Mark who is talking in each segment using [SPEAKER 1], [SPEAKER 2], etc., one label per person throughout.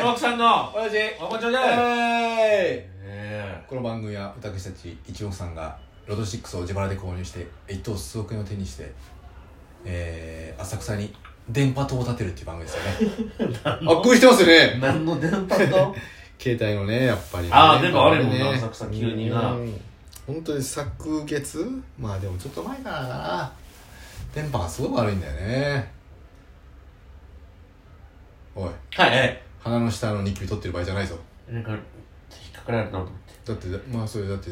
[SPEAKER 1] 親父
[SPEAKER 2] んおこんちょじゃい
[SPEAKER 1] え
[SPEAKER 2] え
[SPEAKER 1] ーこの番組は私たち一応さんがロド6を自腹で購入して一等数億円を手にして、えー、浅草に電波塔を建てるっていう番組ですよね あ
[SPEAKER 2] 何
[SPEAKER 1] っ
[SPEAKER 2] の
[SPEAKER 1] くりしてますよね
[SPEAKER 2] 何の電波と
[SPEAKER 1] 携帯のねやっぱりね、
[SPEAKER 2] あー電波あるもんな
[SPEAKER 1] ね
[SPEAKER 2] 浅草急にな
[SPEAKER 1] うん本当に昨月まあでもちょっと前からかな電波がすごく悪いんだよねおい
[SPEAKER 2] はいはい
[SPEAKER 1] 鼻の下のニキビ取ってる場合じゃないぞ
[SPEAKER 2] なんか引っかかられるなと思って
[SPEAKER 1] だってまあそれだって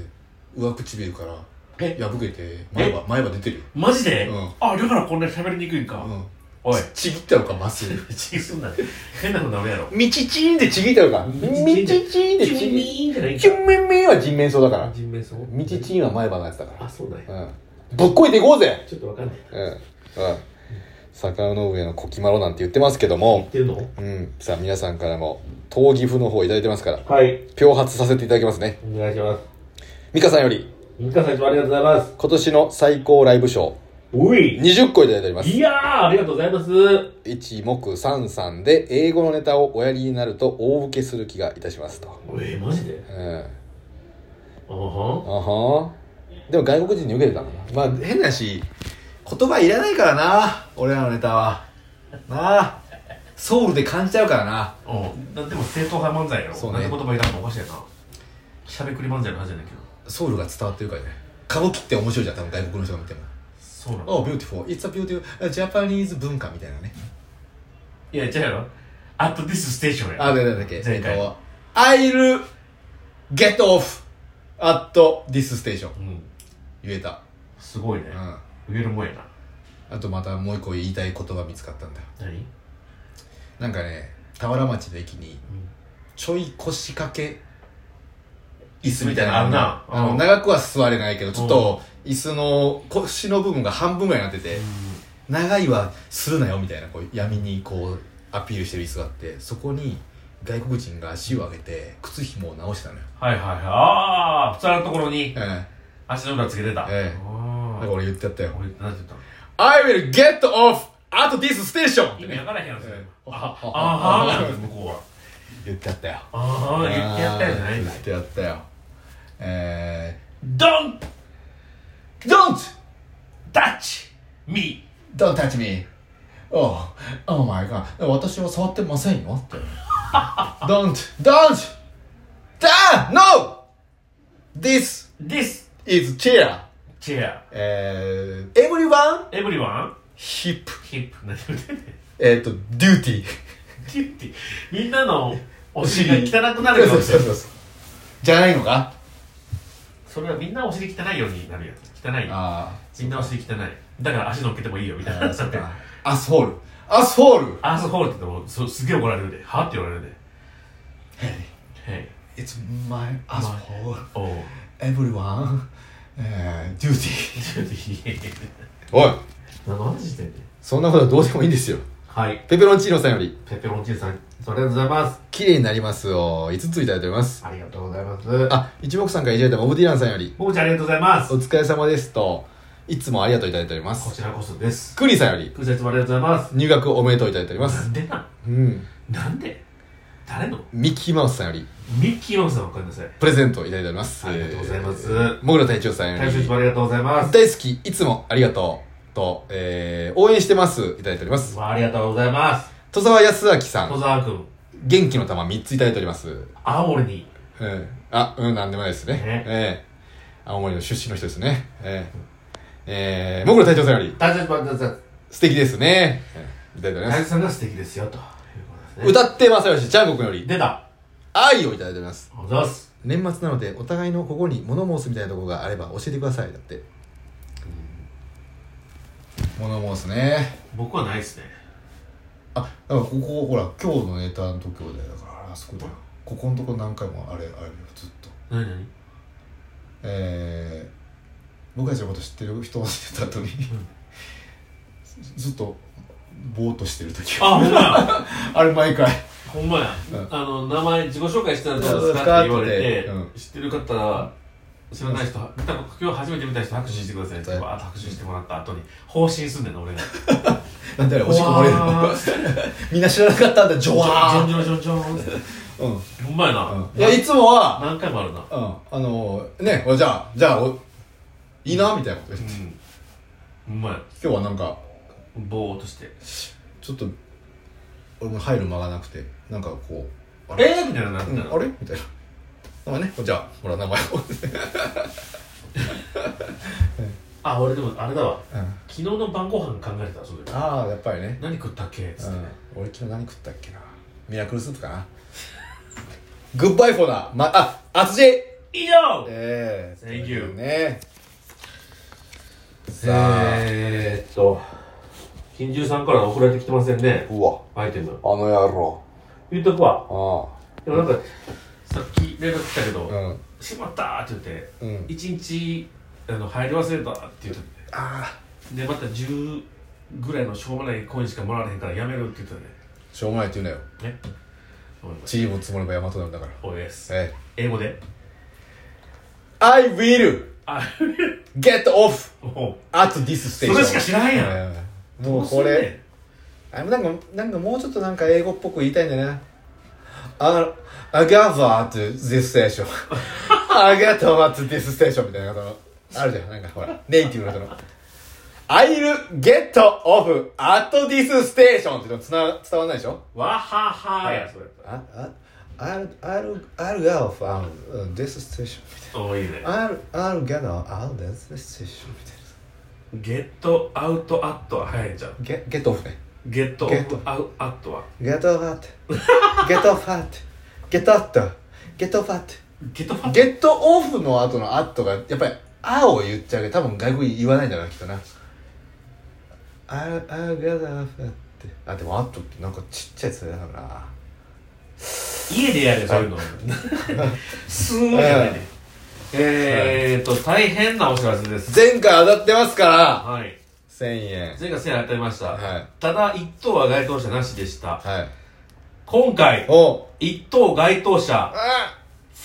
[SPEAKER 1] 上唇から
[SPEAKER 2] え
[SPEAKER 1] 破けて前歯前歯出てるよ、
[SPEAKER 2] マジで、
[SPEAKER 1] うん
[SPEAKER 2] あだからこんなに喋りにくいんか、
[SPEAKER 1] うん、
[SPEAKER 2] おい
[SPEAKER 1] ちぎったのか麻酔
[SPEAKER 2] ちぎすんな変なことダメやろ
[SPEAKER 1] みちちんでちぎったのか
[SPEAKER 2] みち
[SPEAKER 1] ちん
[SPEAKER 2] キュンミーンじゃないん
[SPEAKER 1] キ
[SPEAKER 2] か
[SPEAKER 1] ュンメンメンは人面相だから
[SPEAKER 2] 人面相
[SPEAKER 1] みちちんは前歯のやつだか
[SPEAKER 2] あそうだよ
[SPEAKER 1] ら、うん、ぶっこいていこうぜ
[SPEAKER 2] ちょっとわかんない
[SPEAKER 1] うんうん坂の上のコキマロなんて言ってますけども
[SPEAKER 2] 言ってるの
[SPEAKER 1] うんさあ皆さんからも闘技譜の方いただいてますから
[SPEAKER 2] はい
[SPEAKER 1] 票発させていただきますね
[SPEAKER 2] お願いします
[SPEAKER 1] 美香さんより
[SPEAKER 2] 三日さんいつもありがとうございます
[SPEAKER 1] 今年の最高ライブ賞
[SPEAKER 2] おい
[SPEAKER 1] 20個いただいております
[SPEAKER 2] いやーありがとうございます
[SPEAKER 1] 一目三三で英語のネタをおやりになると大受けする気がいたしますと。
[SPEAKER 2] おいマジで
[SPEAKER 1] うん。あ
[SPEAKER 2] あは
[SPEAKER 1] はんでも外国人に受けてたもんな。まあ変だし、言葉いらないからな、俺らのネタは。なあ、ソウルで感じちゃうからな。
[SPEAKER 2] うんだでも正統派漫才やろ
[SPEAKER 1] そう
[SPEAKER 2] な
[SPEAKER 1] ね
[SPEAKER 2] んで言葉いらんのおかしいやなしゃべくり漫才の話じゃないけど
[SPEAKER 1] ソウルが伝わってるからね。歌舞伎って面白いじゃん、多分外国の人が見ても。
[SPEAKER 2] そうなの
[SPEAKER 1] Oh, beautiful. It's a beautiful Japanese 文化みたいなね。
[SPEAKER 2] いや違うやろ At this station や
[SPEAKER 1] あ、だだだっけ。
[SPEAKER 2] 前回
[SPEAKER 1] えっと I'll get off at this station.
[SPEAKER 2] うん
[SPEAKER 1] 言えた。
[SPEAKER 2] すごいね
[SPEAKER 1] うん。
[SPEAKER 2] 言えるもんやな
[SPEAKER 1] あとまたもう一個言いたいことが見つかったんだよ
[SPEAKER 2] 何
[SPEAKER 1] なんかね田原町の駅にちょい腰掛け椅子みたいなのが
[SPEAKER 2] あんな
[SPEAKER 1] あ
[SPEAKER 2] う
[SPEAKER 1] の
[SPEAKER 2] ん
[SPEAKER 1] 長くは座れないけどちょっと椅子の腰の部分が半分ぐらいになってて長いはするなよみたいなこう闇にこうアピールしてる椅子があってそこに外国人が足を上げて靴紐を直したのよ、
[SPEAKER 2] はいはいはいああ普通のところに
[SPEAKER 1] ええ
[SPEAKER 2] 足の裏つけてた
[SPEAKER 1] ええだ
[SPEAKER 2] ああ
[SPEAKER 1] から俺言ってやったよ
[SPEAKER 2] 俺何て言ったの
[SPEAKER 1] I will get off at this station! って
[SPEAKER 2] 意味わ
[SPEAKER 1] ね
[SPEAKER 2] からへんやろそれ
[SPEAKER 1] ええ
[SPEAKER 2] ああはーなんです向こうは
[SPEAKER 1] 言ってやったよ
[SPEAKER 2] ああ言ってやったんじゃないんだ
[SPEAKER 1] 言ってやったよえ
[SPEAKER 2] ドン
[SPEAKER 1] ー、Don't!
[SPEAKER 2] タッチミ
[SPEAKER 1] Don't touch me! Oh, oh my god 私は触ってませんよって Don't! Don't! Da! No! This
[SPEAKER 2] ー This
[SPEAKER 1] is chair!
[SPEAKER 2] chair
[SPEAKER 1] えー、everyone
[SPEAKER 2] everyone
[SPEAKER 1] hip
[SPEAKER 2] ヒップ何言ってんねん
[SPEAKER 1] えっ、と duty
[SPEAKER 2] キュッてみんなのお尻が汚くなるよう
[SPEAKER 1] そう
[SPEAKER 2] に
[SPEAKER 1] そうそうそうじゃないのか
[SPEAKER 2] それはみんなお尻汚いようになるやつ汚い
[SPEAKER 1] あ
[SPEAKER 2] みんなお尻汚いだから足乗っけてもいいよみたいな
[SPEAKER 1] あ
[SPEAKER 2] さ って
[SPEAKER 1] アスホールアスホール
[SPEAKER 2] アースホールって言ってもそすげえ怒られるではって言われるではい
[SPEAKER 1] It's my asshole
[SPEAKER 2] お う
[SPEAKER 1] everyone、えー、duty
[SPEAKER 2] ちょっといい
[SPEAKER 1] おい
[SPEAKER 2] 何してんねん
[SPEAKER 1] そんなことはどうでもいいんですよ
[SPEAKER 2] はい
[SPEAKER 1] ペペロンチーノさんより
[SPEAKER 2] ペペロンチーノさんありがとうございます
[SPEAKER 1] 綺麗になりますを5ついただいております
[SPEAKER 2] ありがとうございます
[SPEAKER 1] あ一目さんからいただいたモブディランさんより
[SPEAKER 2] ももちゃんありがとうございま
[SPEAKER 1] お
[SPEAKER 2] す
[SPEAKER 1] 疲れ様ですといつもありがとういただいておりま
[SPEAKER 2] こ
[SPEAKER 1] す
[SPEAKER 2] ちらこそです
[SPEAKER 1] クリさんより
[SPEAKER 2] クーちゃんいつもありがとうございます
[SPEAKER 1] 入学おめでとういただいておりま
[SPEAKER 2] な
[SPEAKER 1] す
[SPEAKER 2] んでなん
[SPEAKER 1] うん
[SPEAKER 2] なんで誰の
[SPEAKER 1] ミッキーマウスさんより
[SPEAKER 2] ミッキーマウスさんわかんなさい
[SPEAKER 1] プレゼントをいただいております
[SPEAKER 2] ありがとうございます
[SPEAKER 1] もぐら隊長さんよ
[SPEAKER 2] 大将い
[SPEAKER 1] り
[SPEAKER 2] つもありがとうございます
[SPEAKER 1] 大好きいつもありがとうと、えー、応援してますいただいております
[SPEAKER 2] ありがとうございます。
[SPEAKER 1] 戸沢康明さ
[SPEAKER 2] 小
[SPEAKER 1] ん
[SPEAKER 2] 沢君、
[SPEAKER 1] 元気の玉3ついただいております
[SPEAKER 2] 青森に、
[SPEAKER 1] ええあ、うん、なんでもないですね。
[SPEAKER 2] ね
[SPEAKER 1] ええ青森の出身の人ですね。ええええもぐら隊長さんより、
[SPEAKER 2] 大切さん、大
[SPEAKER 1] 素敵ですね。ええいただいておりま
[SPEAKER 2] 切
[SPEAKER 1] す。
[SPEAKER 2] さんが素敵ですよ、ということですね。
[SPEAKER 1] 歌って正義、ジャンコ君より、
[SPEAKER 2] 出た。あ
[SPEAKER 1] 愛をいただいております。
[SPEAKER 2] りがとうございます。
[SPEAKER 1] 年末なので、お互いのここに物申すみたいなところがあれば教えてください。だって。物申すね。
[SPEAKER 2] 僕はないですね。
[SPEAKER 1] あ、だからここ、ほら、今日のネタの時はだよ。だから、あそこだよ。ここのとこ何回もあれ、あれよ、ずっと。
[SPEAKER 2] なになに
[SPEAKER 1] えー、僕たちのこと知ってる人を知ってた後に、ずずっとぼーっとしてる時
[SPEAKER 2] あ、ほんまや。
[SPEAKER 1] あれ毎回
[SPEAKER 2] ほんまや
[SPEAKER 1] うん。
[SPEAKER 2] あの、名前、自己紹介したらどうです
[SPEAKER 1] ど
[SPEAKER 2] か
[SPEAKER 1] う
[SPEAKER 2] っ
[SPEAKER 1] ですか
[SPEAKER 2] て言われて
[SPEAKER 1] うん、
[SPEAKER 2] 知ってる方は、知らない人、見たこと今日初めて見た人、拍手してくださいって、
[SPEAKER 1] うん
[SPEAKER 2] わーっと拍手してもらった後に、方針すんねんの、俺が。
[SPEAKER 1] なんであれおしっこ漏れるの
[SPEAKER 2] わ
[SPEAKER 1] みんな知らなかったんだジョワ
[SPEAKER 2] ジョンジョンジョンジョンって。
[SPEAKER 1] うん
[SPEAKER 2] ほんまやな、
[SPEAKER 1] うんいやいつもは
[SPEAKER 2] 何回もあるな
[SPEAKER 1] うんあのーねおじゃあじゃあおいいなみたいなこと
[SPEAKER 2] う
[SPEAKER 1] 言って
[SPEAKER 2] んほんまや
[SPEAKER 1] 今日はなんか
[SPEAKER 2] ぼーっとして
[SPEAKER 1] ちょっと俺も入る間がなくてなんかこうあれ、
[SPEAKER 2] えー、みたいなな
[SPEAKER 1] うん、
[SPEAKER 2] ん
[SPEAKER 1] あれみたいなまあねじゃあほら名前を、
[SPEAKER 2] あ俺でもあれだわ
[SPEAKER 1] うん、あ
[SPEAKER 2] 昨日の晩ご飯考えてたそれ
[SPEAKER 1] あやっぱりね、
[SPEAKER 2] 何食ったっけっつ
[SPEAKER 1] う
[SPEAKER 2] ってね、
[SPEAKER 1] ん、俺昨日何食ったっけなミラクルスープかなグッバイフォーな、ま、あ、あつじ
[SPEAKER 2] いいよ
[SPEAKER 1] ええ
[SPEAKER 2] Thank you
[SPEAKER 1] ねさあ
[SPEAKER 2] えー、っと金獣さんから送られてきてませんね
[SPEAKER 1] うわ
[SPEAKER 2] アイテム
[SPEAKER 1] あの野郎
[SPEAKER 2] 言うとくわ
[SPEAKER 1] あ
[SPEAKER 2] でもなんかさっき連絡来たけど、
[SPEAKER 1] あ
[SPEAKER 2] しまったーって言って
[SPEAKER 1] うんうん
[SPEAKER 2] 一日あの入り忘れたって言って
[SPEAKER 1] ああ
[SPEAKER 2] たでまた10ぐらいのしょうもないコインしかもらわれへんからやめるって言ってたね
[SPEAKER 1] しょうもないって言うなよ
[SPEAKER 2] ねごめんごめん
[SPEAKER 1] チーム積もれば大和なんだから
[SPEAKER 2] おいです
[SPEAKER 1] ええ
[SPEAKER 2] 英語で
[SPEAKER 1] I will
[SPEAKER 2] あ
[SPEAKER 1] get off
[SPEAKER 2] も
[SPEAKER 1] at this station
[SPEAKER 2] うそれしか知らんやん、
[SPEAKER 1] ええもうこれ、あれもなんか、なんかもうちょっとなんか英語っぽく言いたいんだよね。あ、I gather at this station. I gather at this station みたいなその、あるじゃん。なんかほら、ネイティブの人の。I'll get off at this station ってのつな伝わんないでしょ
[SPEAKER 2] わははやそれ
[SPEAKER 1] あ、あ、I'll, I'll, I'll get off at this station
[SPEAKER 2] おいいね
[SPEAKER 1] みたいな。I'll, I'll get off at this station み
[SPEAKER 2] ゲットアウトアットは早いんじゃん
[SPEAKER 1] たいな。Get, get off ね。
[SPEAKER 2] ゲット
[SPEAKER 1] ゲット
[SPEAKER 2] アウアットは
[SPEAKER 1] Get off at. Get off at. Get out. Get off at.
[SPEAKER 2] ゲットファッ
[SPEAKER 1] ゲットオフの後の「あ」とかやっぱり「あ」を言っちゃうけど多分外国言わないんだなきっとな「ああがだあ」ってあでも「あ」とってなんかちっちゃいやつだからな
[SPEAKER 2] 家でやれそういうのすーんじゃ ないねえーっと大変なお知らせです
[SPEAKER 1] 前回当たってますから
[SPEAKER 2] はい
[SPEAKER 1] 1000円
[SPEAKER 2] 前回1000円当たりました、
[SPEAKER 1] はい
[SPEAKER 2] ただ1等は該当者なしでした
[SPEAKER 1] はい
[SPEAKER 2] 今回
[SPEAKER 1] お
[SPEAKER 2] 1等該当者
[SPEAKER 1] あ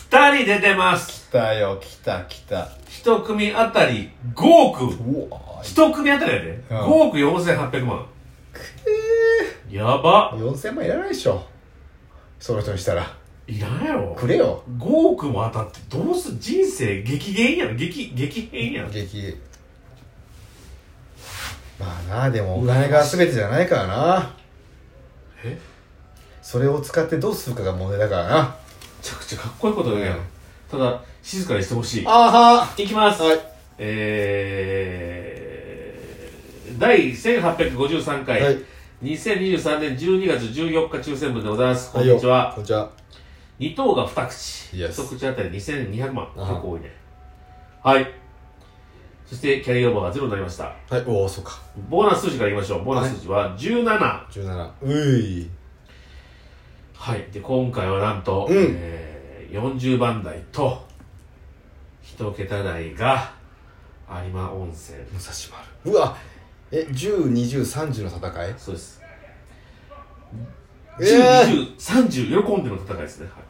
[SPEAKER 2] 2人出てます
[SPEAKER 1] 来たよ来た来た
[SPEAKER 2] 1組あたり5億
[SPEAKER 1] うわ
[SPEAKER 2] 1組あたりやで、
[SPEAKER 1] うん
[SPEAKER 2] 5億4800万やば
[SPEAKER 1] 4000万いらないでしょその人にしたら
[SPEAKER 2] いらんやろ
[SPEAKER 1] くれよ
[SPEAKER 2] 5億も当たってどうすん人生激減やん激激変やん
[SPEAKER 1] 激まあなでもお金が全てじゃないからな
[SPEAKER 2] え
[SPEAKER 1] それを使ってどうするかが問題だからな
[SPEAKER 2] めちゃくちゃかっこいいこと言うやん、
[SPEAKER 1] うん
[SPEAKER 2] ただ静かにしてほしい
[SPEAKER 1] あ
[SPEAKER 2] いきます、
[SPEAKER 1] はい
[SPEAKER 2] えー、第1853回、
[SPEAKER 1] はい
[SPEAKER 2] 2023年12月14日抽選分でございますこんにちは
[SPEAKER 1] こんにちは
[SPEAKER 2] 2等が2口
[SPEAKER 1] Yes
[SPEAKER 2] 一口あたり2200万
[SPEAKER 1] うん
[SPEAKER 2] 結構多いねはいそしてキャリーオーバーがゼロになりました
[SPEAKER 1] はいおおそうか
[SPEAKER 2] ボーナス数字からいきましょうボーナス数字は17、
[SPEAKER 1] 17うい
[SPEAKER 2] はい、で今回はなんと、
[SPEAKER 1] うん
[SPEAKER 2] えー40番台と1桁台が有馬温泉
[SPEAKER 1] 武蔵丸うわえ102030の戦い
[SPEAKER 2] そうです
[SPEAKER 1] えー
[SPEAKER 2] 102030喜んでの戦いですね、はい、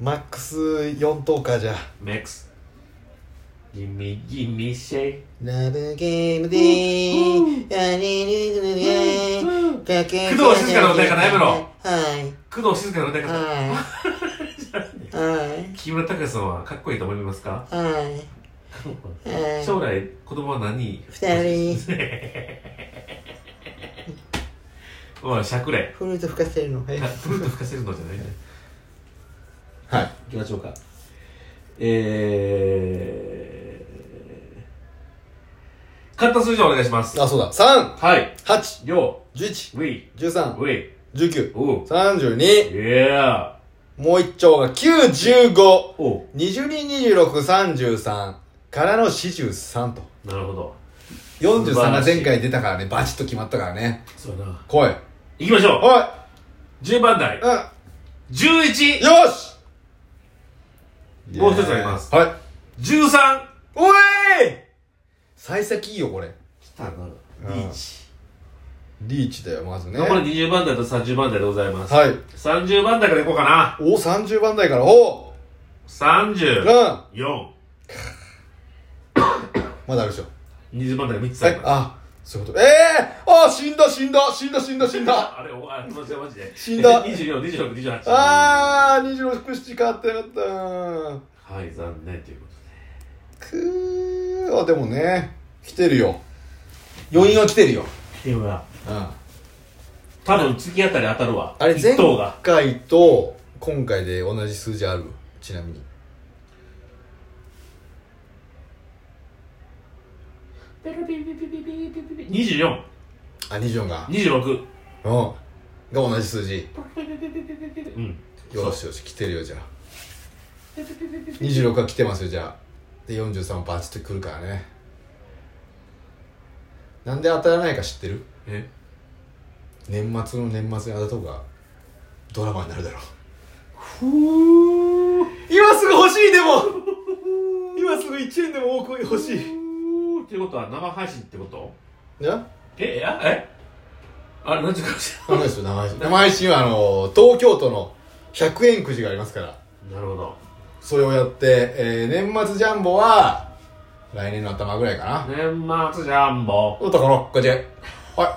[SPEAKER 1] マックス4等かじゃ
[SPEAKER 2] メックスギミギミシェイ
[SPEAKER 1] ラブゲームでやれる
[SPEAKER 2] うんうん
[SPEAKER 1] かけ
[SPEAKER 2] 工藤静香の歌い方やめろ
[SPEAKER 1] はい
[SPEAKER 2] 工藤静香の歌い方
[SPEAKER 1] はいはい
[SPEAKER 2] 木村拓哉さんはかっこいいと思いますか
[SPEAKER 1] はいはい
[SPEAKER 2] 将来子供は何
[SPEAKER 1] 二人
[SPEAKER 2] まあしゃくれ
[SPEAKER 1] フルート吹かせるのはい
[SPEAKER 2] あプルート吹かせるのじゃないね
[SPEAKER 1] はい
[SPEAKER 2] 行きましょうかえー、簡単数字をお願いします
[SPEAKER 1] あそうだ3
[SPEAKER 2] はい
[SPEAKER 1] 8
[SPEAKER 2] よ
[SPEAKER 1] 11
[SPEAKER 2] うウィ
[SPEAKER 1] 13
[SPEAKER 2] ウィ
[SPEAKER 1] 19
[SPEAKER 2] おう
[SPEAKER 1] 32
[SPEAKER 2] いや
[SPEAKER 1] もう一丁が915
[SPEAKER 2] ーおう
[SPEAKER 1] 222633からの43と
[SPEAKER 2] なるほど
[SPEAKER 1] 43
[SPEAKER 2] 素晴
[SPEAKER 1] が
[SPEAKER 2] らしい
[SPEAKER 1] 前回出たからねバチッと決まったからね
[SPEAKER 2] そうやな
[SPEAKER 1] 来い
[SPEAKER 2] 行きましょ
[SPEAKER 1] おいう
[SPEAKER 2] 10番台
[SPEAKER 1] う
[SPEAKER 2] 1113
[SPEAKER 1] んよし
[SPEAKER 2] もう一つあります
[SPEAKER 1] はいおい幸先いいよこれ
[SPEAKER 2] 来たなリ
[SPEAKER 1] ん
[SPEAKER 2] ーチ
[SPEAKER 1] リーチだよまずね
[SPEAKER 2] 残
[SPEAKER 1] は
[SPEAKER 2] り20番台と30番台でございます
[SPEAKER 1] い
[SPEAKER 2] 30番台からいこうかな
[SPEAKER 1] お30番台からおううん
[SPEAKER 2] 3420
[SPEAKER 1] まだあるでしょ
[SPEAKER 2] 番台が3つ
[SPEAKER 1] は
[SPEAKER 2] あ
[SPEAKER 1] い
[SPEAKER 2] ります
[SPEAKER 1] あそういうことええー、おああ死んだ死んだ死んだ死んだ死んだ
[SPEAKER 2] あれ、おあ、マジでマジで。
[SPEAKER 1] 死んだ
[SPEAKER 2] 24、26、28。
[SPEAKER 1] ああ26、7変わってなかった
[SPEAKER 2] はい、残念ということで。
[SPEAKER 1] くーあでもね来てるよ余韻は来てるよ、
[SPEAKER 2] でもな、
[SPEAKER 1] うん、
[SPEAKER 2] 多分月あたり当たるわ。
[SPEAKER 1] あれ前
[SPEAKER 2] 一等が。
[SPEAKER 1] 回と今回で同じ数字あるちなみに
[SPEAKER 2] 24、
[SPEAKER 1] あニジョンが
[SPEAKER 2] 26。
[SPEAKER 1] うんが同じ数字
[SPEAKER 2] うん。
[SPEAKER 1] よしよし来てるよじゃあ26は来てますよじゃあで43はバチッと来るからねなんで当たらないか知ってる
[SPEAKER 2] え
[SPEAKER 1] 年末の年末に当たった方がドラマになるだろう
[SPEAKER 2] ふー。
[SPEAKER 1] 今すぐ欲しいでも今すぐ1円でも多く欲しい
[SPEAKER 2] ってことは生配信ってこと
[SPEAKER 1] じゃあ
[SPEAKER 2] え、え、あえあれ、何時からし
[SPEAKER 1] あのですよ生配信生配信はあの東京都の100円くじがありますから
[SPEAKER 2] なるほど。
[SPEAKER 1] それをやって、えー年末ジャンボは来年の頭ぐらいかな
[SPEAKER 2] 年末ジャンボ。
[SPEAKER 1] だからこっちはい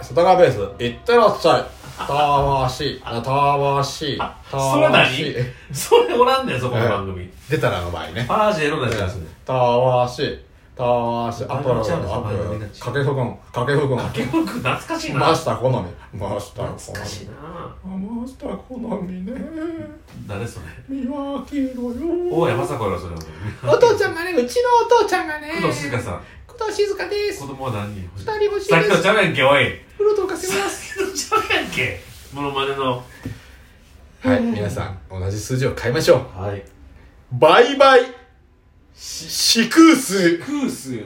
[SPEAKER 1] 外側ベースいってらっしゃいたわしいたわしい
[SPEAKER 2] あ
[SPEAKER 1] たわし
[SPEAKER 2] そ
[SPEAKER 1] い
[SPEAKER 2] れそれおらんねん、そこの番組。
[SPEAKER 1] 出たらの場合ね
[SPEAKER 2] パージェロなやつですね。
[SPEAKER 1] たわしいたわしいあとは
[SPEAKER 2] あれちゃうんですよ
[SPEAKER 1] あと
[SPEAKER 2] 前のみ
[SPEAKER 1] は
[SPEAKER 2] んな違う
[SPEAKER 1] 掛布君掛布君
[SPEAKER 2] 結構懐かしいな。
[SPEAKER 1] マスター好みマスター好
[SPEAKER 2] 懐かしい
[SPEAKER 1] み
[SPEAKER 2] な。
[SPEAKER 1] あマスター好 みね
[SPEAKER 2] 誰それ。
[SPEAKER 1] 見分けろよ
[SPEAKER 2] 大山さこらそれ。
[SPEAKER 1] お父ちゃんがねうちのお父ちゃんがね
[SPEAKER 2] 工藤静香さん。
[SPEAKER 1] 工藤静香で
[SPEAKER 2] 子供は何人欲しい
[SPEAKER 1] 人欲
[SPEAKER 2] さっきのちゃうやんけ、おい。
[SPEAKER 1] うろとか
[SPEAKER 2] さっきのちゃうやんけ。モノマネの。
[SPEAKER 1] はい皆さん同じ数字を買いましょう
[SPEAKER 2] はい。
[SPEAKER 1] バイバイシクース
[SPEAKER 2] クース。